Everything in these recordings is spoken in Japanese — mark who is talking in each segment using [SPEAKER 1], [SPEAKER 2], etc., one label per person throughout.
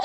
[SPEAKER 1] 始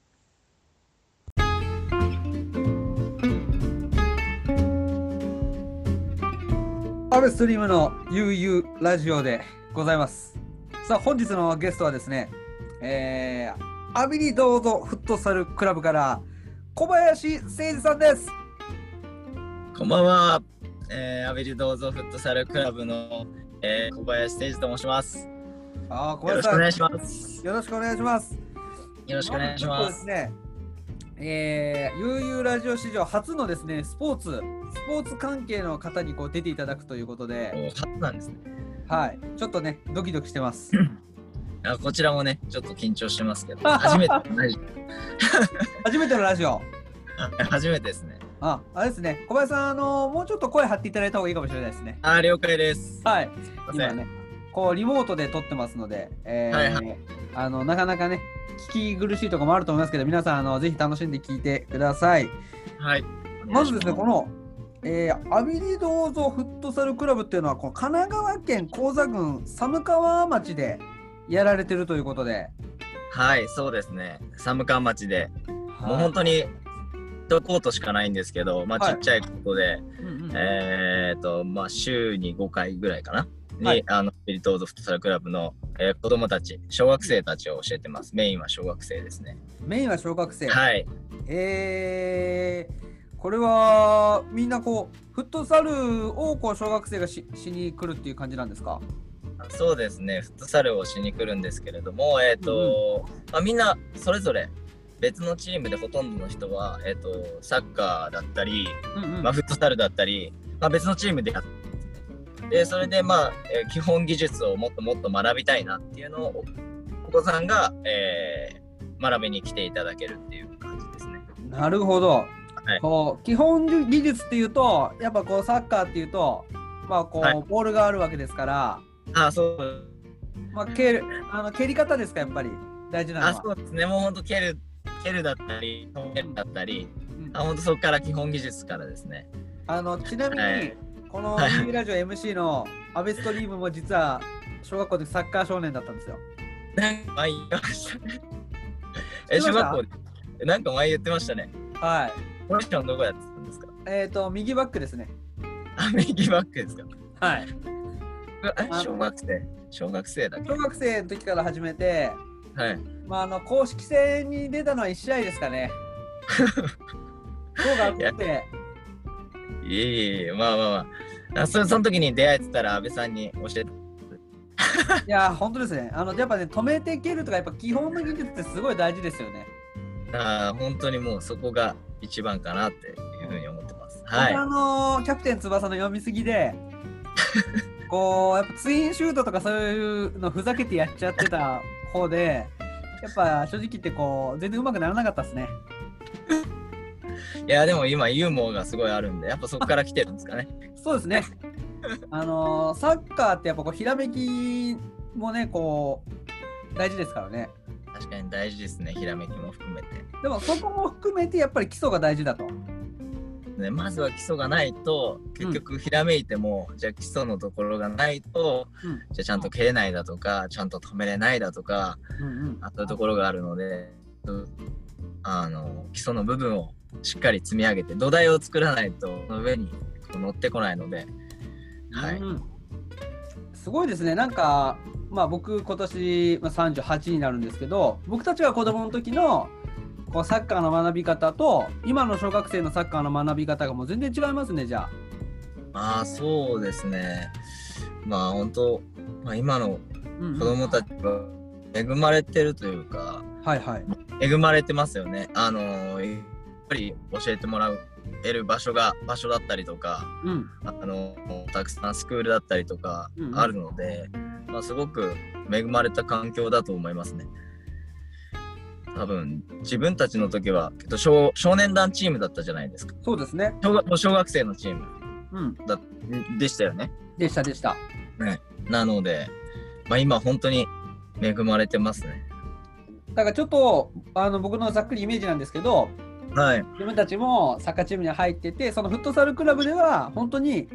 [SPEAKER 2] アベストリームのゆうゆうラジオでございます。さあ、本日のゲストはですね、えー、アビリどうぞフットサルクラブから小林誠司さんです。
[SPEAKER 3] こんばんは。えー、アベリどうぞフットサルクラブの、えー、小林誠司と申します。
[SPEAKER 2] あー小
[SPEAKER 3] よろ
[SPEAKER 2] 林
[SPEAKER 3] しく
[SPEAKER 2] さ
[SPEAKER 3] お
[SPEAKER 2] ん、
[SPEAKER 3] 願いします。
[SPEAKER 2] よろしくお願いします。よ
[SPEAKER 3] よろしくお願いし
[SPEAKER 2] そう
[SPEAKER 3] ま
[SPEAKER 2] ですす。ね、えー、ゆうゆうラジオ史上初のですね、スポーツ、スポーツ関係の方にこう出ていただくということで、
[SPEAKER 3] お初なんですね。
[SPEAKER 2] はい、ちょっとね、ドキドキして ます。
[SPEAKER 3] あこちらもね、ちょっと緊張してます けど、初めて同じ
[SPEAKER 2] 初めてのラジオ。
[SPEAKER 3] 初めてですね。
[SPEAKER 2] あ、あれですね、小林さん、あのもうちょっと声張っていただいた方がいいかもしれないですね。
[SPEAKER 3] あー、了解です。
[SPEAKER 2] はい。
[SPEAKER 3] すいませ
[SPEAKER 2] 今
[SPEAKER 3] ん。
[SPEAKER 2] ね、こうリモートで撮ってますので、えー
[SPEAKER 3] はいは
[SPEAKER 2] あのなかなかね、聞き苦しいところもあると思いますけど、皆さんあのぜひ楽しんで聞いてください。
[SPEAKER 3] はい。
[SPEAKER 2] まずですね、こ
[SPEAKER 3] の。
[SPEAKER 2] の、えーアビリ銅像フットサルクラブっていうのは、この神奈川県高座郡寒川町でやられてるということで、
[SPEAKER 3] はい、そうですね。寒川町で、もう
[SPEAKER 2] はい
[SPEAKER 3] 本当に、一コートしかないんですけど、まあ、
[SPEAKER 2] はい
[SPEAKER 3] ちっちゃいことで、
[SPEAKER 2] うんうん
[SPEAKER 3] えー、と、まあ、週に5回ぐらいかな。に、
[SPEAKER 2] はい
[SPEAKER 3] あの、ビリトーズフットサルクラブの、えー子供たち、小学生たちを教えてます。メインは小学生ですね。
[SPEAKER 2] メインは小学生。
[SPEAKER 3] はい。
[SPEAKER 2] えーこれはみんなこうフットサルをこう小学生がししに来るっていう感じなんですか
[SPEAKER 3] そうですね、フットサルをしに来るんですけれども、えーとまあ、みんなそれぞれ別のチームでほとんどの人は、えー、とサッカーだったり、
[SPEAKER 2] うんうん
[SPEAKER 3] まあ、フットサルだったり、まあ、別のチームでやってでそれで、まあえー基本技術をもっともっと学びたいなっていうのをお子さんが、えー学びに来ていただけるっていう感じですね。
[SPEAKER 2] なるほど、
[SPEAKER 3] はい
[SPEAKER 2] こう基本技術っていうとやっぱこうサッカーっていうとまあこう、
[SPEAKER 3] はい
[SPEAKER 2] ボールがあるわけですから、
[SPEAKER 3] あそう
[SPEAKER 2] まあ、蹴るあの蹴り方ですかやっぱり大事なのは
[SPEAKER 3] あそうですね、もう本当蹴る蹴るだったり、止めるだったり、
[SPEAKER 2] うん
[SPEAKER 3] あ本当そこから基本技術からですね。
[SPEAKER 2] あのちなみに、
[SPEAKER 3] はい
[SPEAKER 2] この
[SPEAKER 3] はい
[SPEAKER 2] TV ラジオ MC のアベストリームも実は小学校でサッカー少年だったんですよ。
[SPEAKER 3] なんか前言ってましたね。
[SPEAKER 2] 知ってま
[SPEAKER 3] え、
[SPEAKER 2] した
[SPEAKER 3] 小学校で。なんか前言ってましたね。
[SPEAKER 2] はい。
[SPEAKER 3] ポジションどこやってたんですか
[SPEAKER 2] えっ、と右バックですね。
[SPEAKER 3] あ、右バックですか
[SPEAKER 2] はい。
[SPEAKER 3] え小学生小学生だっけ
[SPEAKER 2] 小学生の時から始めて、
[SPEAKER 3] はい。
[SPEAKER 2] まあ、あの公式戦に出たのは1試合ですかね。 そうがあって、
[SPEAKER 3] いえいえいえ、まあまあまあ。あそその時に出会えてたら安倍さんに教えて。
[SPEAKER 2] いや、本当ですね。あのやっぱね、止めて蹴るとか、やっぱ基本の技術ってすごい大事ですよね。
[SPEAKER 3] ああ、本当にもうそこが一番かなっていうふうに思ってます。はい。
[SPEAKER 2] 本当あのキャプテン翼の読みすぎ で、こう、やっぱツインシュートとかそういうのふざけてやっちゃってた方で、やっぱ正直言ってこう、全然うまくならなかったですね。
[SPEAKER 3] いや、でも今ユーモアがすごいあるんで、やっぱそこから来てるんですかね。
[SPEAKER 2] そうですね。あのサッカーってやっぱこう、ひらめきもね、こう、大事ですからね。
[SPEAKER 3] 確かに大事ですね、ひらめきも含めて。
[SPEAKER 2] でもそこも含めてやっぱり基礎が大事だと。
[SPEAKER 3] ね、まずは基礎がないと結局ひらめいても、じゃあ基礎のところがないと、
[SPEAKER 2] うん
[SPEAKER 3] じゃあちゃんと蹴れないだとかちゃんと止めれないだとか
[SPEAKER 2] うんうん
[SPEAKER 3] あそういうところがあるのでうんあの基礎の部分をしっかり積み上げて土台を作らないとその上にこう乗ってこないので、はい
[SPEAKER 2] うんすごいですね。なんか、まあ、僕今年まあ38になるんですけど僕たちが子供の時のこうサッカーの学び方と今の小学生のサッカーの学び方がもう全然違いますねじゃあ。
[SPEAKER 3] まあそうですねまあ本当、まあ、今の
[SPEAKER 2] うんうん
[SPEAKER 3] 子供たちは恵まれてるというか、
[SPEAKER 2] はいはい。
[SPEAKER 3] 恵まれてますよね。あのーやっぱり教えてもらう得る場所が場所だったりとか、
[SPEAKER 2] うん
[SPEAKER 3] あのーたくさんスクールだったりとか
[SPEAKER 2] うんうん
[SPEAKER 3] あるので、まあ、すごく恵まれた環境だと思いますね。多分自分たちの時は、えっと、少少年団チームだったじゃないですか
[SPEAKER 2] そうですね。
[SPEAKER 3] 小学小学生のチーム
[SPEAKER 2] うん、
[SPEAKER 3] でしたよね。
[SPEAKER 2] でしたでした。
[SPEAKER 3] うなので、まあ、今本当に恵まれてますね。
[SPEAKER 2] だからちょっとあの僕のざっくりイメージなんですけど
[SPEAKER 3] はい。
[SPEAKER 2] 自分たちもサッカーチームに入っててそのフットサルクラブでは本当に、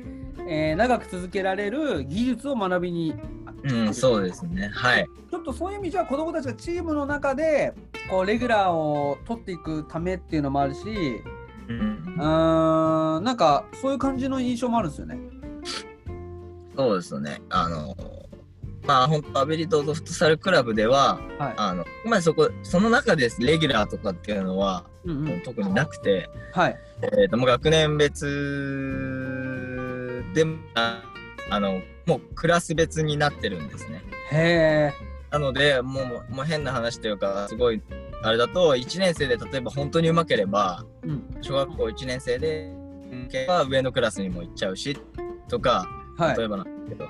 [SPEAKER 2] えー長く続けられる技術を学びに
[SPEAKER 3] うん、そうですね。はい。
[SPEAKER 2] ちょっとそういう意味じゃ子どもたちがチームの中でこうレギュラーを取っていくためっていうのもあるし
[SPEAKER 3] うん
[SPEAKER 2] う、ーんなんかそういう感じの印象もあるんですよね。
[SPEAKER 3] そうですね。あの、まあ、本当アベリドードフットサルクラブでは、
[SPEAKER 2] はい
[SPEAKER 3] あの、まあ、そこ、その中です、レギュラーとかっていうのは、
[SPEAKER 2] うんうん、
[SPEAKER 3] 特になくて、
[SPEAKER 2] はい
[SPEAKER 3] えー、ともう学年別でもああのもうクラス別になってるんですね。
[SPEAKER 2] へ
[SPEAKER 3] なのでもうもう変な話というかすごいあれだと1年生で例えば本当にうまければ
[SPEAKER 2] ーうん
[SPEAKER 3] 小学校1年生で受けば上のクラスにも行っちゃうしとか
[SPEAKER 2] はい
[SPEAKER 3] 例えばなんですけど、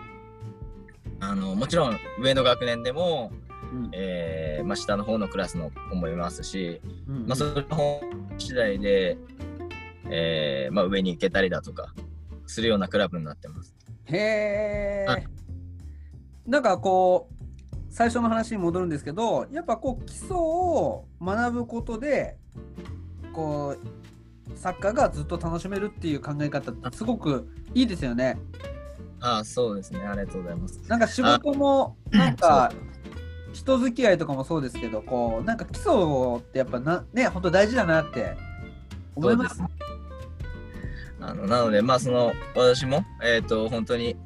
[SPEAKER 3] あのもちろん上の学年でも、
[SPEAKER 2] うん
[SPEAKER 3] えーまあ、下の方のクラスの子もいますし、
[SPEAKER 2] うん
[SPEAKER 3] まあ、それの方次第で、えーまあ、上に行けたりだとかするようなクラブになってます。
[SPEAKER 2] へえ、
[SPEAKER 3] はい
[SPEAKER 2] なんかこう最初の話に戻るんですけどやっぱこう基礎を学ぶことでこうサッカーがずっと楽しめるっていう考え方ってすごくいいですよね。
[SPEAKER 3] ああそうですねありがとうございます。
[SPEAKER 2] なんか仕事も
[SPEAKER 3] あ
[SPEAKER 2] なんか人付き合いとかもそうですけどこうなんか基礎ってやっぱなね本当大事だなって思います。
[SPEAKER 3] そうですあのなのでまあその私もえっ、と本当に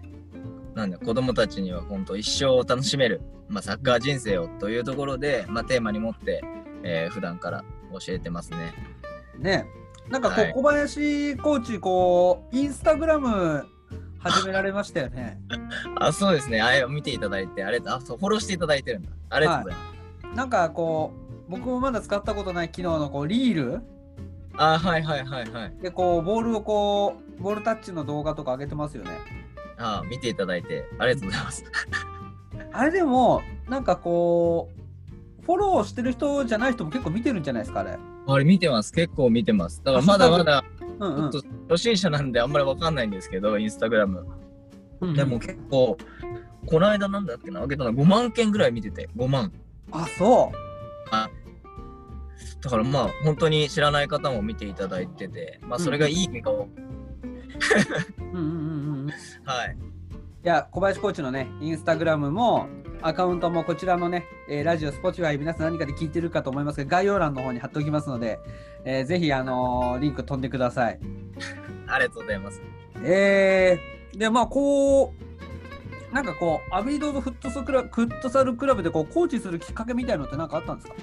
[SPEAKER 3] なんだ子供たちには本当一生を楽しめる、まあ、サッカー人生をというところで、まあ、テーマに持って、えー普段から教えてますね。
[SPEAKER 2] ねなんかこ
[SPEAKER 3] は
[SPEAKER 2] う
[SPEAKER 3] い
[SPEAKER 2] 小林コーチこうインスタグラム始められましたよね。
[SPEAKER 3] あそうですねあれ見ていただいてあれあそうフォローしていただいてるんだありがとうございます。
[SPEAKER 2] なんかこう僕もまだ使ったことない機能のこうリール
[SPEAKER 3] あはいはいはいはい。
[SPEAKER 2] でこうボールをこうボールタッチの動画とか上げてますよね。
[SPEAKER 3] あ見ていただいてありがとうございます。
[SPEAKER 2] あれでもなんかこうフォローしてる人じゃない人も結構見てるんじゃないですかあれ。
[SPEAKER 3] あれ見てます。結構見てます。だからまだまだ、
[SPEAKER 2] うんう
[SPEAKER 3] ちょ
[SPEAKER 2] ん
[SPEAKER 3] っと初心者なんであんまりわかんないんですけど、インスタグラム。
[SPEAKER 2] うんうん
[SPEAKER 3] でも結構、この間なんだっけな、あげたの5万件ぐらい見てて、5万。
[SPEAKER 2] あそう
[SPEAKER 3] だからまあ、本当に知らない方も見ていただいてて、まあ、それがいい意味かを、
[SPEAKER 2] うんうんうんうん。い
[SPEAKER 3] はい。
[SPEAKER 2] や小林コーチのねインスタグラムもアカウントもこちらのね、えーラジオ、スポティファイ、皆さん何かで聞いてるかと思いますが、概要欄の方に貼っておきますので、えーぜひ、あのーリンク飛んでください。
[SPEAKER 3] ありがとうございます。
[SPEAKER 2] えー、でまあこうなんかこうアビリドードフットサルクラブフットサルクラブでこうコーチするきっかけみたいのって何かあったんですか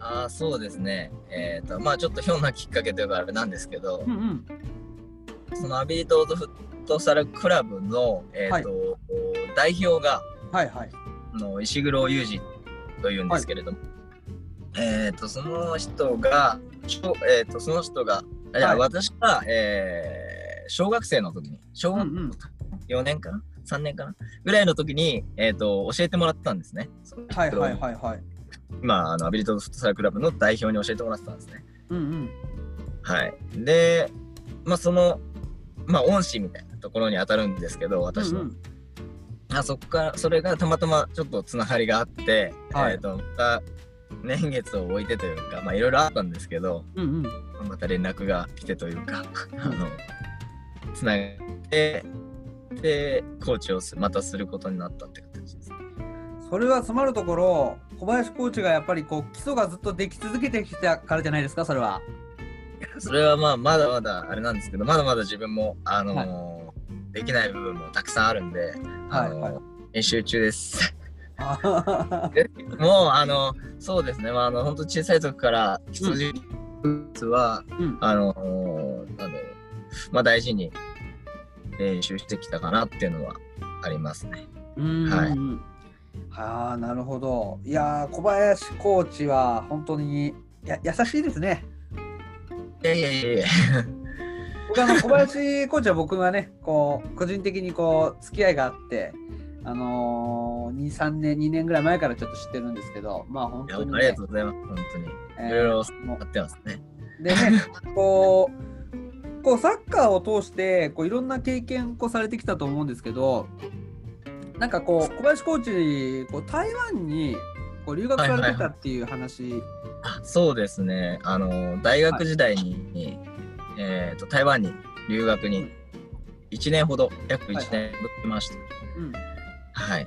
[SPEAKER 3] ああ、そうですね。えっ、と、まあ、ちょっとひょんなきっかけというかあれなんですけど、
[SPEAKER 2] うんうん
[SPEAKER 3] そのアビリトーズフットサルクラブの、えっ、と、代表が、
[SPEAKER 2] はいはい
[SPEAKER 3] あの石黒裕二というんですけれども、えっ、とその人が、しょえっ、とその人が、いや
[SPEAKER 2] はい
[SPEAKER 3] 私が、えー小学生の時に、小
[SPEAKER 2] うんう
[SPEAKER 3] 学
[SPEAKER 2] ん
[SPEAKER 3] 4年かな、3年かなぐらいの時にえっ、と教えてもらったんですね。
[SPEAKER 2] はいはいはいはい
[SPEAKER 3] 今あのアビリトフットサルクラブの代表に教えてもらってたんですね。
[SPEAKER 2] うんうん
[SPEAKER 3] はい。で、まあそのまあ恩師みたいなところに当たるんですけど、私の。
[SPEAKER 2] うんうん
[SPEAKER 3] あそこからそれがたまたまちょっとつながりがあって、
[SPEAKER 2] はい
[SPEAKER 3] えっ、とまた年月を置いてというかまあいろいろあったんですけど
[SPEAKER 2] うんうん
[SPEAKER 3] また連絡が来てというかあのつながってでコーチをすまたすることになったって形です。
[SPEAKER 2] それは詰まるところ小林コーチがやっぱりこう基礎がずっとでき続けてきたからじゃないですかそれは
[SPEAKER 3] それはまあまだまだあれなんですけどまだまだ自分もあのーできない部分もたくさんあるんで、あのー
[SPEAKER 2] はいは
[SPEAKER 3] 練習中です。
[SPEAKER 2] あは
[SPEAKER 3] もうあのそうですね、まあ、あの本当小さい時から羊は、
[SPEAKER 2] うん
[SPEAKER 3] あのあのまあ大事に練習してきたかなっていうのはありますね。
[SPEAKER 2] うん
[SPEAKER 3] はい
[SPEAKER 2] はあなるほどいやー小林コーチは本当にや優しいですね
[SPEAKER 3] いやいやいやいや。
[SPEAKER 2] 僕あの小林コーチは僕はねこう個人的にこう付き合いがあってあのー、23年2年ぐらい前からちょっと知ってるんですけどまあ本
[SPEAKER 3] いや
[SPEAKER 2] 当
[SPEAKER 3] あり
[SPEAKER 2] に、
[SPEAKER 3] が
[SPEAKER 2] ね
[SPEAKER 3] とうございます、本当に。
[SPEAKER 2] えー
[SPEAKER 3] いろいろ
[SPEAKER 2] も
[SPEAKER 3] やってますね。
[SPEAKER 2] うで ねこうこうサッカーを通してこういろんな経験こうされてきたと思うんですけどなんかこう小林コーチこう台湾にこう留学されてたっていう話、
[SPEAKER 3] あそうですねあの大学時代に、えー、と台湾に留学
[SPEAKER 2] う
[SPEAKER 3] に
[SPEAKER 2] ん
[SPEAKER 3] 1年ほど約1
[SPEAKER 2] はい
[SPEAKER 3] 年
[SPEAKER 2] は
[SPEAKER 3] ほどいましたはい、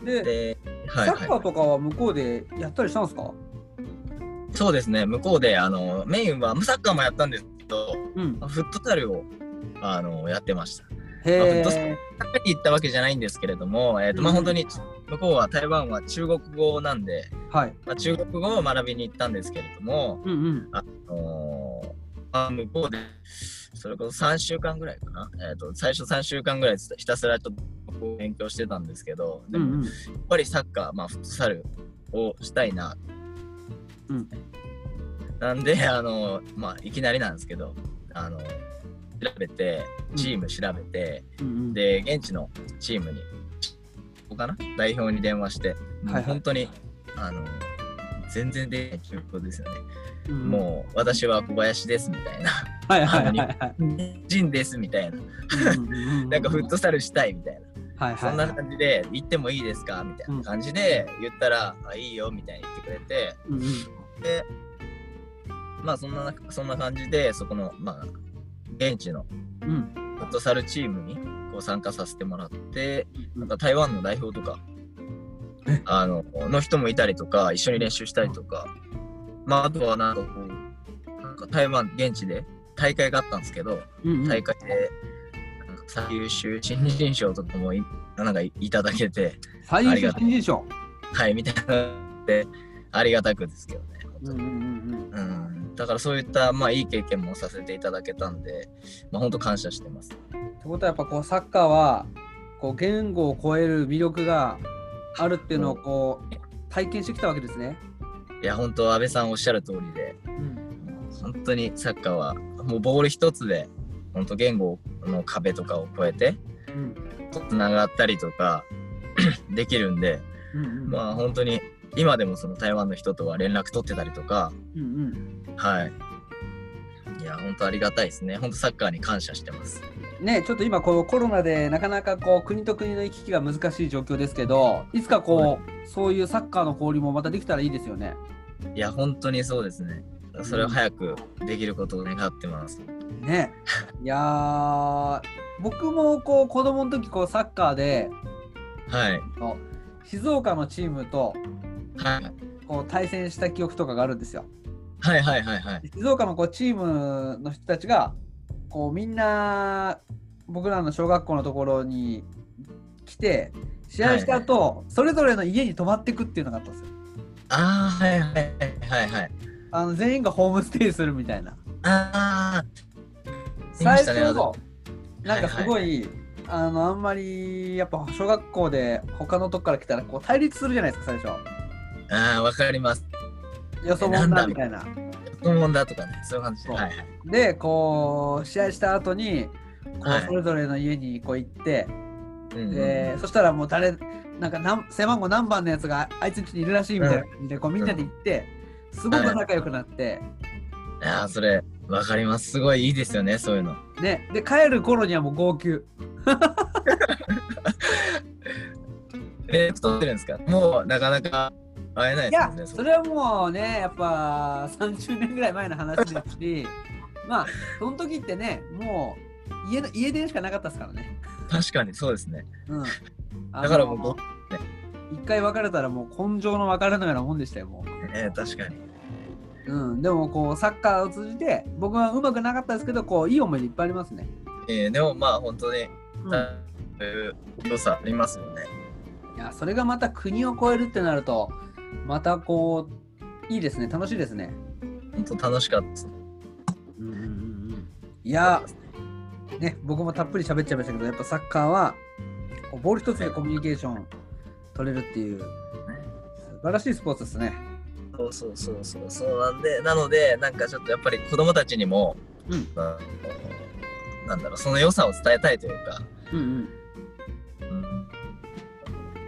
[SPEAKER 2] うん、で
[SPEAKER 3] で、はい
[SPEAKER 2] サッカ
[SPEAKER 3] は
[SPEAKER 2] ーとかは向こうでやったりしたんですか、
[SPEAKER 3] い、そうですね向こうであのメインはサッカーもやったんですけど
[SPEAKER 2] うん、
[SPEAKER 3] フットサルをあのやってました
[SPEAKER 2] へ
[SPEAKER 3] まあフットサ
[SPEAKER 2] え、
[SPEAKER 3] 食べに行ったわけじゃないんですけれども、えーとまあ、
[SPEAKER 2] うん
[SPEAKER 3] 本当に向こうは台湾は中国語なんで、
[SPEAKER 2] はい、
[SPEAKER 3] まあ、中国語を学びに行ったんですけれども、
[SPEAKER 2] うんうん、
[SPEAKER 3] あのーまあ、向こうでそれこそ3週間ぐらいかな、えー、と最初3週間ぐらいひたすらちょっと勉強してたんですけどで
[SPEAKER 2] うん
[SPEAKER 3] もやっ
[SPEAKER 2] うん、
[SPEAKER 3] ぱりサッカー、まあ、フットサルをしたいな、
[SPEAKER 2] うん
[SPEAKER 3] なんで、あのーまあ、いきなりなんですけど、あのー調べてチーム調べて、
[SPEAKER 2] うんうん、
[SPEAKER 3] で現地のチームにここかな代表に電話して、もう
[SPEAKER 2] はいはい
[SPEAKER 3] 本当にあの全然できない状況ですよね、
[SPEAKER 2] うん
[SPEAKER 3] もう私は小林ですみたいな
[SPEAKER 2] うん、はいはいはいはい、
[SPEAKER 3] 人ですみたいなな
[SPEAKER 2] なん
[SPEAKER 3] かフットサルしたいみたいな、
[SPEAKER 2] はいはい、
[SPEAKER 3] そんな感じで行ってもいいですかみたいな感じで言ったら、あいいよみたいに言ってくれて
[SPEAKER 2] うんうん
[SPEAKER 3] でまあそんなそんな感じでそこのまあ現地の
[SPEAKER 2] うん
[SPEAKER 3] フットサルチームにこう参加させてもらって
[SPEAKER 2] う
[SPEAKER 3] なん
[SPEAKER 2] ん
[SPEAKER 3] か台湾の代表とか
[SPEAKER 2] え、
[SPEAKER 3] あの、の人もいたりとか、一緒に練習したりとか、まあ、あとはなんかこう、なんか台湾、現地で大会があったんですけど、
[SPEAKER 2] うんうん
[SPEAKER 3] 大会で、なんか最優秀新人賞とかもいなんかいただけて、
[SPEAKER 2] 最優秀新人賞。
[SPEAKER 3] はい、みたいなで、ありがたくですけどね。本
[SPEAKER 2] う
[SPEAKER 3] 当
[SPEAKER 2] んう
[SPEAKER 3] に
[SPEAKER 2] ん
[SPEAKER 3] うん、だからそういった、まあ、いい経験もさせていただけたんで、まあ、本当感謝してます。
[SPEAKER 2] うんってことはやっぱこうサッカーはこう言語を超える魅力があるっていうのをこう体験してきたわけですね。
[SPEAKER 3] いや、本当、安倍さんおっしゃる通りで、
[SPEAKER 2] うん
[SPEAKER 3] 本当にサッカーはもうボール一つで本当言語の壁とかを越えて
[SPEAKER 2] うん
[SPEAKER 3] つながったりとか できるんで
[SPEAKER 2] うん
[SPEAKER 3] まあ本当に今でもその台湾の人とは連絡取ってたりとか
[SPEAKER 2] うんうん
[SPEAKER 3] はいいや本当ありがたいですね本当サッカーに感謝してます
[SPEAKER 2] ねちょっと今こうコロナでなかなかこう国と国の行き来が難しい状況ですけどいつかこうそういうサッカーの交流もまたできたらいいですよね。
[SPEAKER 3] いや本当にそうですねそれを早くできることを願ってます
[SPEAKER 2] ねいやー僕もこう子供の時こうサッカーで
[SPEAKER 3] はい
[SPEAKER 2] の静岡のチームと
[SPEAKER 3] はい
[SPEAKER 2] こう対戦した記憶とかがあるんですよ。
[SPEAKER 3] はいはいはいはい
[SPEAKER 2] で静岡のこうチームの人たちがこうみんな僕らの小学校のところに来て試合した後、それぞれの家に泊まってくっていうのがあったんですよ。
[SPEAKER 3] ああはいはいはいはい
[SPEAKER 2] あの全員がホームステイするみたいな。
[SPEAKER 3] あ見ま
[SPEAKER 2] 最
[SPEAKER 3] したね
[SPEAKER 2] 初のなんかすごい、
[SPEAKER 3] は
[SPEAKER 2] あのあんまりやっぱ小学校で他のとこから来たらこう対立するじゃないですか最初。
[SPEAKER 3] ーあーわかります
[SPEAKER 2] よそ者
[SPEAKER 3] なん
[SPEAKER 2] だ
[SPEAKER 3] だ
[SPEAKER 2] みたいな。
[SPEAKER 3] 質問だとかね、そういう感じで。
[SPEAKER 2] そう
[SPEAKER 3] はいはい。
[SPEAKER 2] でこう試合した後にこ
[SPEAKER 3] は
[SPEAKER 2] う
[SPEAKER 3] い
[SPEAKER 2] それぞれの家にこう行って。
[SPEAKER 3] うん
[SPEAKER 2] でそしたらもう誰なんか何背番号何番のやつがあいつんちにいるらしいみたいな感じでこうみんなで行ってすごく仲良くなって、
[SPEAKER 3] いやーそれ、わかります。すごいいいですよね、そういうの。
[SPEAKER 2] ね、で帰る頃にはもう号泣
[SPEAKER 3] えー、太ってるんですかもう、なかなか会えない
[SPEAKER 2] い
[SPEAKER 3] で
[SPEAKER 2] や
[SPEAKER 3] すよね。
[SPEAKER 2] それはもうねやっぱ30年ぐらい前の話ですしまあその時ってねもう家の家電しかなかったですからね、
[SPEAKER 3] 確かにそうですね。
[SPEAKER 2] うん、
[SPEAKER 3] だからもう
[SPEAKER 2] あの
[SPEAKER 3] ご、
[SPEAKER 2] 一回別れたらもう根性の別れのようなもんでしたよもう
[SPEAKER 3] えー、確かに。
[SPEAKER 2] うん、でもこうサッカーを通じて僕はうまくなかったですけどこういい思い出いっぱいありますね、
[SPEAKER 3] えー、でもまあ、本当に、
[SPEAKER 2] うん
[SPEAKER 3] そういう良さありますよね。
[SPEAKER 2] いやそれがまた国を越えるってなるとまたこういいですね楽しいですね。
[SPEAKER 3] 本当楽しかったです。
[SPEAKER 2] いやね僕もたっぷり喋っちゃいましたけどやっぱサッカーはこうボール一つでコミュニケーション取れるっていう素晴らしいスポーツですね。
[SPEAKER 3] そうそうそうそうそうなんでなのでなんかちょっとやっぱり子供たちにも、
[SPEAKER 2] うん
[SPEAKER 3] あのなんだろうその良さを伝えたいというか、
[SPEAKER 2] うんうん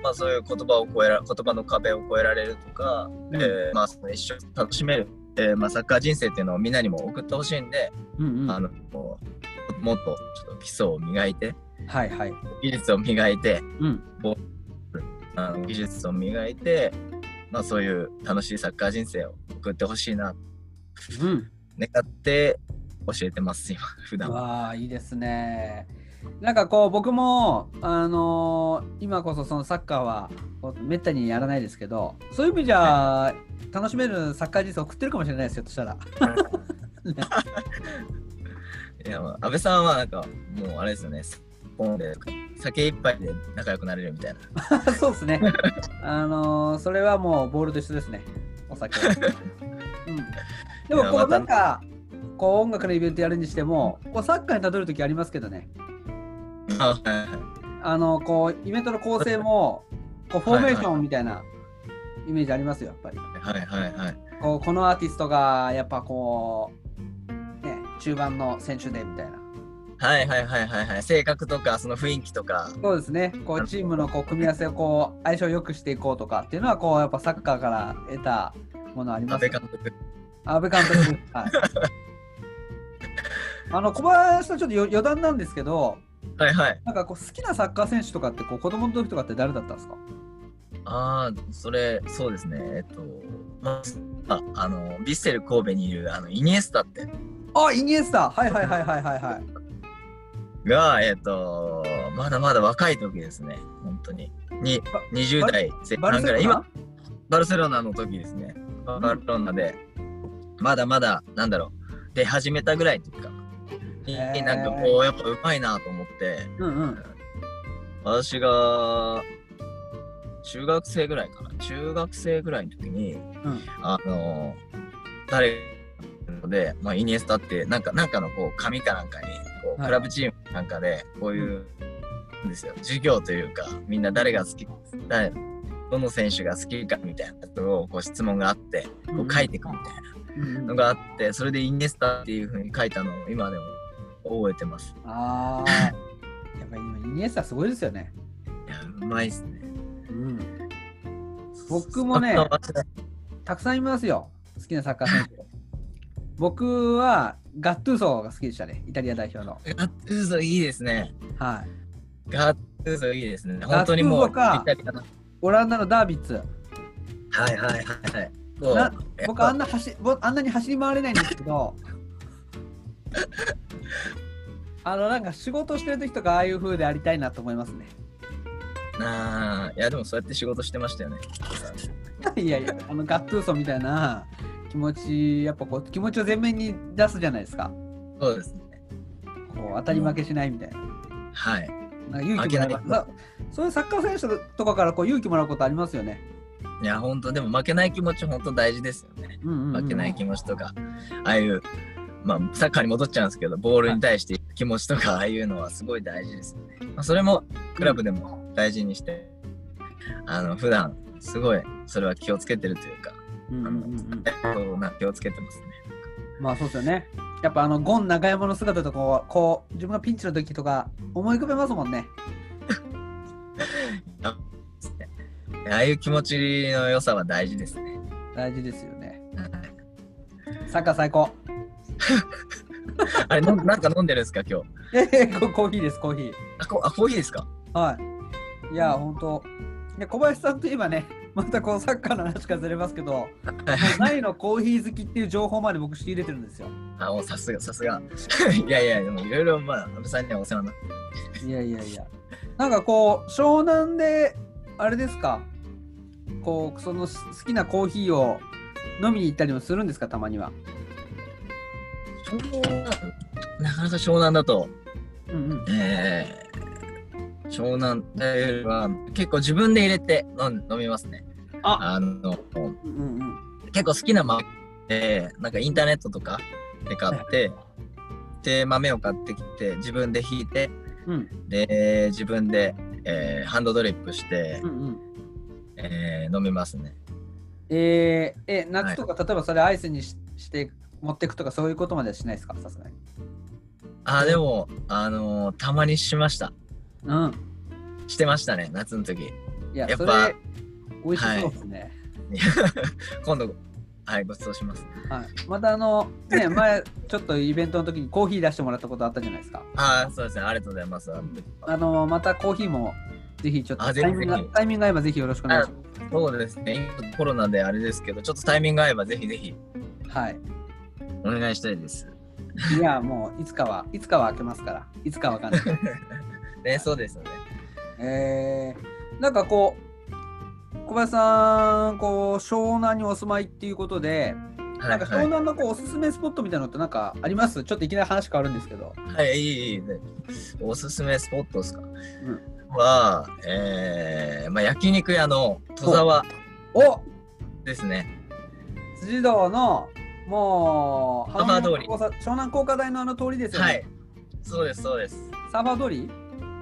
[SPEAKER 3] まあ、そういう言葉を超えら言葉の壁を越えられるとか、
[SPEAKER 2] うん
[SPEAKER 3] えーまあ、その一生楽しめる、えーまあ、サッカー人生っていうのをみんなにも送ってほしいんで、
[SPEAKER 2] うんうん
[SPEAKER 3] あのもっとちょっと基礎を磨いて、
[SPEAKER 2] はいはい。
[SPEAKER 3] 技術を磨いて
[SPEAKER 2] うん。
[SPEAKER 3] あの技術を磨いて、まあ、そういう楽しいサッカー人生を送ってほしいな
[SPEAKER 2] うん。
[SPEAKER 3] 願って教えてます今 普段は
[SPEAKER 2] わあいいですね。なんかこう僕もあのー今こそそのサッカーはこうめったにやらないですけどそういう意味じゃ楽しめるサッカー人生送ってるかもしれないですよとしたら
[SPEAKER 3] いやまあ安倍さんはなんかもうあれですよねす飲んで酒一杯で仲良くなれるみたいな
[SPEAKER 2] そうですねあのーそれはもうボールと一緒ですねお 酒は、うん、でも
[SPEAKER 3] いや
[SPEAKER 2] こ
[SPEAKER 3] ま
[SPEAKER 2] う
[SPEAKER 3] た
[SPEAKER 2] なんかこう音楽のイベントやるにしてもこうサッカーにたどる時ありますけどね
[SPEAKER 3] あはい
[SPEAKER 2] あのこうイベントの構成もこうフォーメーションみたいなイメージありますよやっぱり。
[SPEAKER 3] はいはいはい
[SPEAKER 2] こうこのアーティストがやっぱこう、ね、中盤の選手でみたいな。
[SPEAKER 3] はいはいはいはいはい性格とかその雰囲気とか
[SPEAKER 2] そうですね、こうチームのこう組み合わせをこう相性を良くしていこうとかっていうのはこうやっぱサッカーから得たものありま
[SPEAKER 3] 安
[SPEAKER 2] すよ。
[SPEAKER 3] 倍監督
[SPEAKER 2] 阿部監督。 はい、あの小林さんちょっとよ余談なんですけど、
[SPEAKER 3] はいはい
[SPEAKER 2] なんかこう好きなサッカー選手とかってこう子供の時とかって誰だったんですか？
[SPEAKER 3] ああそれそうですねえっとまああのヴィッセル神戸にいるあのイニエスタって
[SPEAKER 2] あ、イニエスタ。はいはいはいはいはいはい。
[SPEAKER 3] が、えっと、まだまだ若い時ですね、本当に。に
[SPEAKER 2] バ
[SPEAKER 3] 20代前
[SPEAKER 2] バル
[SPEAKER 3] 半
[SPEAKER 2] セ
[SPEAKER 3] ぐらい、
[SPEAKER 2] ロナ
[SPEAKER 3] 今、。バルセロナの時ですね、バルセロナで、まだまだ、なんだろう、出始めたぐらいというか、
[SPEAKER 2] へー
[SPEAKER 3] になんかこう、やっぱうまいなと思って、
[SPEAKER 2] うんうん。
[SPEAKER 3] 私が、中学生ぐらいかな、中学生ぐらいの時に、
[SPEAKER 2] ん
[SPEAKER 3] あの、誰ので、まあ、イニエスタって、なんか、なんかのこう、紙かなんかに、こう、
[SPEAKER 2] はい
[SPEAKER 3] クラブチームなんかで、こういう、んですよ、授業というか、みんな誰が好き、誰、どの選手が好きかみたいなことを、こう、質問があって、こう、書いていくみたい
[SPEAKER 2] うんう
[SPEAKER 3] なんのがあって、それでイニエスタっていうふうに書いたのを、今でも覚えてます。
[SPEAKER 2] ああ。やっぱ今イニエスタすごいですよね。
[SPEAKER 3] いや、うまいっすね。
[SPEAKER 2] うん。僕もね
[SPEAKER 3] サッカーは
[SPEAKER 2] たくさんいますよ。好きなサッカー選手。僕はガットゥーソが好きでしたね。イタリア代表の。
[SPEAKER 3] ガッツーゾいいですね。
[SPEAKER 2] はい。
[SPEAKER 3] ガッツーゾいいですね。
[SPEAKER 2] ガッツー
[SPEAKER 3] 本
[SPEAKER 2] ゾか
[SPEAKER 3] 当にもう、イタリアの
[SPEAKER 2] オランダのダービッツ。
[SPEAKER 3] はいはいはいはい。そう
[SPEAKER 2] な僕あん
[SPEAKER 3] な
[SPEAKER 2] な走僕あんなに走り回れないんですけど。 あのなんか仕事してる時とかああいう風でありたいなと思いますね。
[SPEAKER 3] あーいやでもそうやって仕事してましたよね。
[SPEAKER 2] いやいや、あのガットゥーソみたいな気持ち、やっぱこう気持ちを前面に出すじゃないですか。
[SPEAKER 3] そうですね。
[SPEAKER 2] こう当たり負けしないみたいな。
[SPEAKER 3] はい。
[SPEAKER 2] なんか勇気もら
[SPEAKER 3] 負
[SPEAKER 2] う
[SPEAKER 3] けない
[SPEAKER 2] なそういうサッカー選手とかからこう勇気もらうことありますよね。
[SPEAKER 3] いや本当でも負けない気持ち本当大事ですよね。
[SPEAKER 2] うんうんうん
[SPEAKER 3] 負けない気持ちとか、ああいうまあサッカーに戻っちゃうんですけどボールに対して気持ちとかああいうのはすごい大事ですよね。まあ、それもクラブでも大事にして、あの普段すごいそれは気をつけてるというか、
[SPEAKER 2] うんうんうんうん
[SPEAKER 3] あのそうな気をつけてますね。
[SPEAKER 2] まあそうですよね。やっぱあのゴン中山の姿とかをこう自分がピンチの時とか思い浮かべますもんね。
[SPEAKER 3] ああいう気持ちの良さは大事ですね。
[SPEAKER 2] 大事ですよね。サッカー最高。
[SPEAKER 3] あれ、のなんか飲んでるんですか、今日。
[SPEAKER 2] ええココーヒーですコーヒー。
[SPEAKER 3] あ、こあコーヒーですか
[SPEAKER 2] はい。いや、本当。で、小林さんといえばね、またこうサッカーの話からずれますけど、もう大のコーヒー好きっていう情報まで僕仕入れてるんですよ。
[SPEAKER 3] あ、もうさすが、さすが。 いやいや、でもいろいろ、まあ、安倍さんにはお世話になって。
[SPEAKER 2] いやいやいや。なんかこう、湘南で、あれですか、こう、そのす好きなコーヒーを飲みに行ったりもするんですか、たまには。
[SPEAKER 3] 湘南なかなか湘南だと、
[SPEAKER 2] うんうん。
[SPEAKER 3] えー、湘南では結構自分で入れて飲ん飲みますね。
[SPEAKER 2] あ
[SPEAKER 3] あの、
[SPEAKER 2] うんうんうん。
[SPEAKER 3] 結構好きな豆で、なんかインターネットとかで買って、で、豆を買ってきて、自分で引いて、
[SPEAKER 2] うん
[SPEAKER 3] で、自分で、えーハンドドリップして
[SPEAKER 2] う、んうん。
[SPEAKER 3] えー飲みますね。
[SPEAKER 2] えー、え、夏とか、例えばそれアイスにしして持ってくとか、そういうことまではしないですか、さすがに。
[SPEAKER 3] あーでもあのーたまにしました
[SPEAKER 2] うん。
[SPEAKER 3] してましたね夏の時
[SPEAKER 2] いや、
[SPEAKER 3] やっ
[SPEAKER 2] そ
[SPEAKER 3] ぱ
[SPEAKER 2] れ、美味しそうですね。
[SPEAKER 3] 今度はい、ご馳走します。
[SPEAKER 2] はい、またあの、 ね、前ちょっとイベントの時にコーヒー出してもらったことあったじゃないですか。
[SPEAKER 3] ああ、そうですね。ありがとうございます。
[SPEAKER 2] あのまたコーヒーもぜひちょっと
[SPEAKER 3] あぜ
[SPEAKER 2] タ
[SPEAKER 3] ひ
[SPEAKER 2] イミングが
[SPEAKER 3] ぜひ
[SPEAKER 2] タイミングが合えばぜひよろしくお願いしま
[SPEAKER 3] そうですね。今コロナであれですけど、ちょっとタイミング合えばぜひぜひ
[SPEAKER 2] す。はい。
[SPEAKER 3] お願いしたいです。
[SPEAKER 2] いやもういつかはいつかは開けますからいつかわかん ない。
[SPEAKER 3] ね、そうですよね。
[SPEAKER 2] えー、なんかこう小林さんこう湘南にお住まいっていうことで、
[SPEAKER 3] は
[SPEAKER 2] なん
[SPEAKER 3] い、
[SPEAKER 2] か
[SPEAKER 3] は
[SPEAKER 2] 湘
[SPEAKER 3] い。
[SPEAKER 2] 南のこうおすすめスポットみたいなのってなんかあります？ちょっといきなり話変わるんですけど。
[SPEAKER 3] はい、いい、いい。ねおすすめスポットですか、
[SPEAKER 2] ん
[SPEAKER 3] は、えー、まあ、焼肉屋の戸沢
[SPEAKER 2] お
[SPEAKER 3] ですね。
[SPEAKER 2] 辻堂のもう
[SPEAKER 3] サーファー通
[SPEAKER 2] 浜
[SPEAKER 3] り
[SPEAKER 2] 松交差湘南工科大のあの通りですよね。
[SPEAKER 3] はい。そうです、そうです。
[SPEAKER 2] サーファー通り？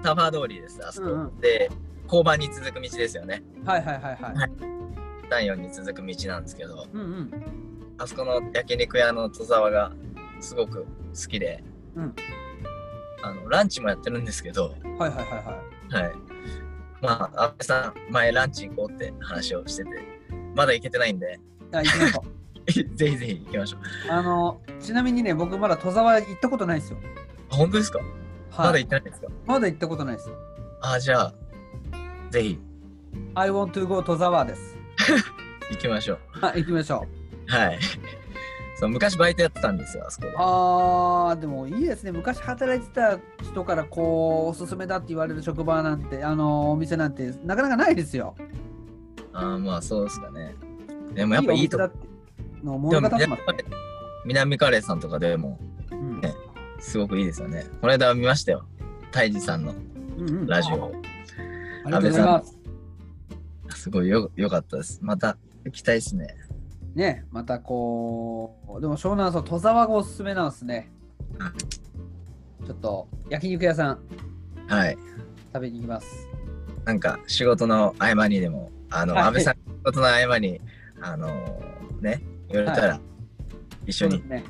[SPEAKER 3] タファー通りです、あそこ。
[SPEAKER 2] うんう
[SPEAKER 3] で、交番に続く道ですよね。
[SPEAKER 2] はいはいはいはい。
[SPEAKER 3] 第4に続く道なんですけど、
[SPEAKER 2] うんうん。
[SPEAKER 3] あそこの焼肉屋の戸沢がすごく好きで、
[SPEAKER 2] うん
[SPEAKER 3] あのランチもやってるんですけ
[SPEAKER 2] は
[SPEAKER 3] ど、
[SPEAKER 2] いはいはいはい。
[SPEAKER 3] はい。まあ、安倍さん、前ランチ行こうって話をしてて、まだ行けてないんで、
[SPEAKER 2] あ行きましょう
[SPEAKER 3] ぜひぜひ行きましょう。
[SPEAKER 2] あのちなみにね僕まだ戸沢行ったことないですよ。
[SPEAKER 3] あ本当ですか、まだ
[SPEAKER 2] はい
[SPEAKER 3] 行ってないですか
[SPEAKER 2] まだ行ったことないですよ。
[SPEAKER 3] あ、じゃあ、ぜひ
[SPEAKER 2] I want to go 戸沢です。
[SPEAKER 3] 行きましょう。
[SPEAKER 2] はい行きましょう。
[SPEAKER 3] はい。 そう昔バイトやってたんですよ、あそこで。
[SPEAKER 2] あーでもいいですね昔働いてた人からこうおすすめだって言われる職場なんてあのお店なんてなかなかないですよ。
[SPEAKER 3] あーまあ、そうですかね。でもやっぱいいとこ
[SPEAKER 2] お店だっての物語ってますね。
[SPEAKER 3] 南カレーさんとかでも
[SPEAKER 2] うん
[SPEAKER 3] すごくいいですよね。この間見ましたよ。タイジさんの
[SPEAKER 2] うんうん。あ
[SPEAKER 3] ラジオ。
[SPEAKER 2] りがとうございます。
[SPEAKER 3] すごいよよかったです。また行きたいですね。
[SPEAKER 2] ねまたこうでも湘南そう戸沢がおすすめなんですね。ちょっと焼肉屋さん
[SPEAKER 3] はい。
[SPEAKER 2] 食べに行きます。
[SPEAKER 3] なんか仕事の合間にでも、あの、
[SPEAKER 2] はい
[SPEAKER 3] 安倍さんの仕事の合間に、あのーね、言われたら一
[SPEAKER 2] そ
[SPEAKER 3] 緒
[SPEAKER 2] う
[SPEAKER 3] に
[SPEAKER 2] ですね。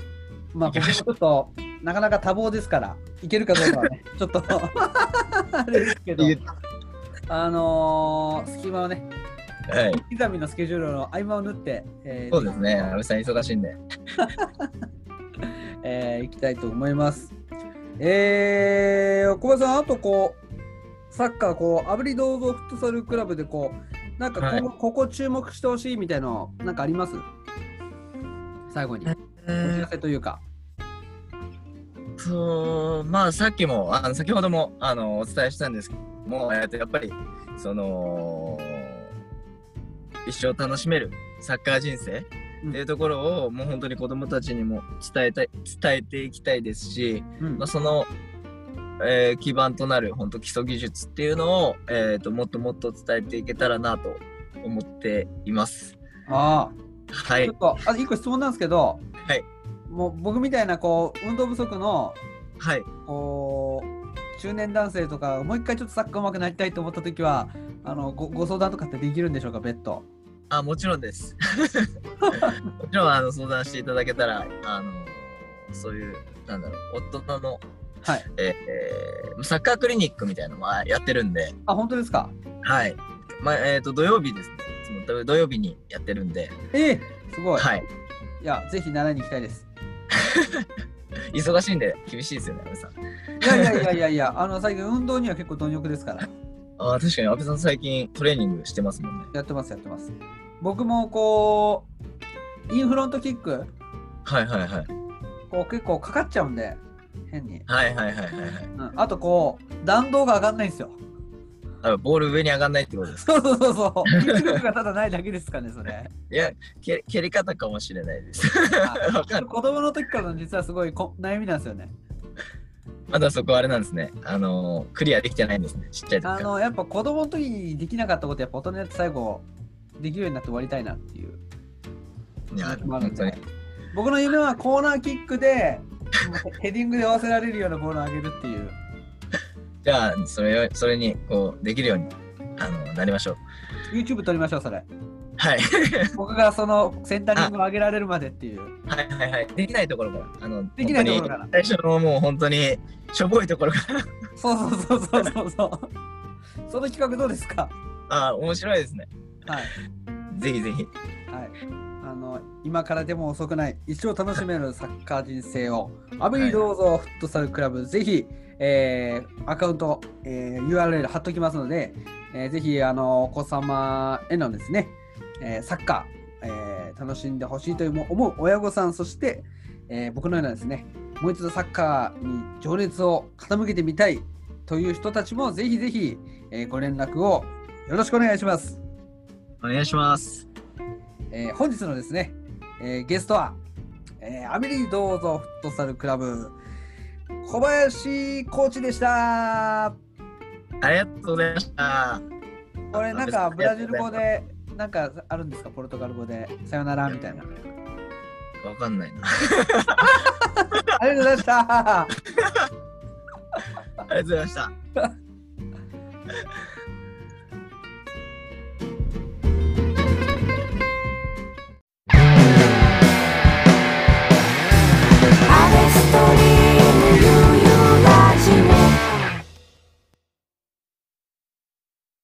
[SPEAKER 2] まあ、僕
[SPEAKER 3] 行
[SPEAKER 2] も
[SPEAKER 3] きま
[SPEAKER 2] ち
[SPEAKER 3] し
[SPEAKER 2] ょっと、なかなか多忙ですから、いけるかどうかは ね、ちょっと、 あれですけど、あのー、隙間をね、
[SPEAKER 3] はい。
[SPEAKER 2] 刻みのスケジュールの合間を縫って、えー
[SPEAKER 3] そうですね。安倍さん忙しいんで。
[SPEAKER 2] えー行きたいと思います。えー、小林さん、あとこう、サッカー、こう、炙り銅像フットサルクラブで、こう、なんかこ,、
[SPEAKER 3] はい
[SPEAKER 2] ここ注目してほしいみたいなの、なんかあります最後に、
[SPEAKER 3] う
[SPEAKER 2] お知
[SPEAKER 3] ー
[SPEAKER 2] ら
[SPEAKER 3] ん
[SPEAKER 2] せというか。
[SPEAKER 3] と、まあさっきも、あの先ほどもあのお伝えしたんですけども、えっとやっぱり、その、一生楽しめるサッカー人生っていうところを、もう本当に子供たちにも伝えたい、伝えていきたいですし、
[SPEAKER 2] うん
[SPEAKER 3] まあ、その、えー基盤となる本当基礎技術っていうのを、えー、ともっともっと伝えていけたらなと思っています。
[SPEAKER 2] ああ。
[SPEAKER 3] は
[SPEAKER 2] ち
[SPEAKER 3] い
[SPEAKER 2] ょっ、と、あと一個質問なんですけど、
[SPEAKER 3] はい
[SPEAKER 2] もう僕みたいなこう運動不足の
[SPEAKER 3] はい、
[SPEAKER 2] こう中年男性とか、もう一回ちょっとサッカー上手くなりたいと思った時は、あのごご相談とかってできるんでしょうか、別途。
[SPEAKER 3] あもちろんです。 もちろんあの相談していただけたら、あのそういうなんだろう大人の、
[SPEAKER 2] はい
[SPEAKER 3] えーサッカークリニックみたいなのもあやってるんで、
[SPEAKER 2] あ、本当ですか。
[SPEAKER 3] はいまあえー、と土曜日ですねいつも土曜日にやってるんで、
[SPEAKER 2] ええすごい。
[SPEAKER 3] はい、
[SPEAKER 2] いや、ぜひ習いに行きたいです。
[SPEAKER 3] 忙しいんで厳しいですよね、阿部さん。
[SPEAKER 2] いやいやいやいやいや、 あの最近運動には結構貪欲ですから、
[SPEAKER 3] あー確かに阿部さん最近トレーニングしてますもんね。
[SPEAKER 2] やってますやってます。僕もこうインフロントキック、
[SPEAKER 3] はいはいはい。
[SPEAKER 2] こう結構かかっちゃうんで、変に。
[SPEAKER 3] はいはいはいはいはい。
[SPEAKER 2] うん、あとこう弾道が上がんないんですよ。
[SPEAKER 3] あボール上に上がんないってことですか
[SPEAKER 2] そうそうそうそう。技術力がただないだけですかね、それ。
[SPEAKER 3] いや、け蹴り方かもしれないです。 わかんない
[SPEAKER 2] 子供の時からの実はすごいこ悩みなんですよね。
[SPEAKER 3] まだそこあれなんですね。あのークリアできてないんですね。ちっちゃい時か
[SPEAKER 2] あ
[SPEAKER 3] ら。
[SPEAKER 2] の、やっぱ子供の時にできなかったこと、やっぱ大人になって最後、できるようになって終わりたいなっていう
[SPEAKER 3] い
[SPEAKER 2] 気
[SPEAKER 3] や
[SPEAKER 2] 持ちもあるん
[SPEAKER 3] 本当
[SPEAKER 2] で
[SPEAKER 3] に。
[SPEAKER 2] 僕の夢はコーナーキックで、もうヘディングで合わせられるようなボールを上げるっていう。
[SPEAKER 3] じゃあ、それをそれにこうできるようにあのなりましょう。
[SPEAKER 2] YouTube 撮りましょう、それ。
[SPEAKER 3] はい。
[SPEAKER 2] 僕がそのセンタリングを上げられるまでっていう。
[SPEAKER 3] はいはいはい。できないところから。あの
[SPEAKER 2] できないところから
[SPEAKER 3] 本当に最初のもう本当にしょぼいところから。
[SPEAKER 2] そうそうそうそうそうそう。その企画どうですか
[SPEAKER 3] あー面白いですね。
[SPEAKER 2] はい。
[SPEAKER 3] ぜひぜひ。
[SPEAKER 2] はい。あの今からでも遅くない一生楽しめるサッカー人生をアベリどうぞフットサルクラブぜひ、えーアカウント、えー URL 貼っときますので、えーぜひあのお子様へのですね、えーサッカー、えー楽しんでほしいという思う親御さんそして、えー僕のようなですねもう一度サッカーに情熱を傾けてみたいという人たちもぜひぜひ、えーご連絡をよろしくお願いします。
[SPEAKER 3] お願いします。
[SPEAKER 2] えー本日のですね、えーゲストは、えーアメリどうぞフットサルクラブ小林コーチでした
[SPEAKER 3] ありがとうございました。
[SPEAKER 2] これなんかブラジル語でなんかあるんですかポルトガル語でさよならみたいな
[SPEAKER 3] わかんないな。
[SPEAKER 2] ありがとうございました
[SPEAKER 3] ありがとうございました。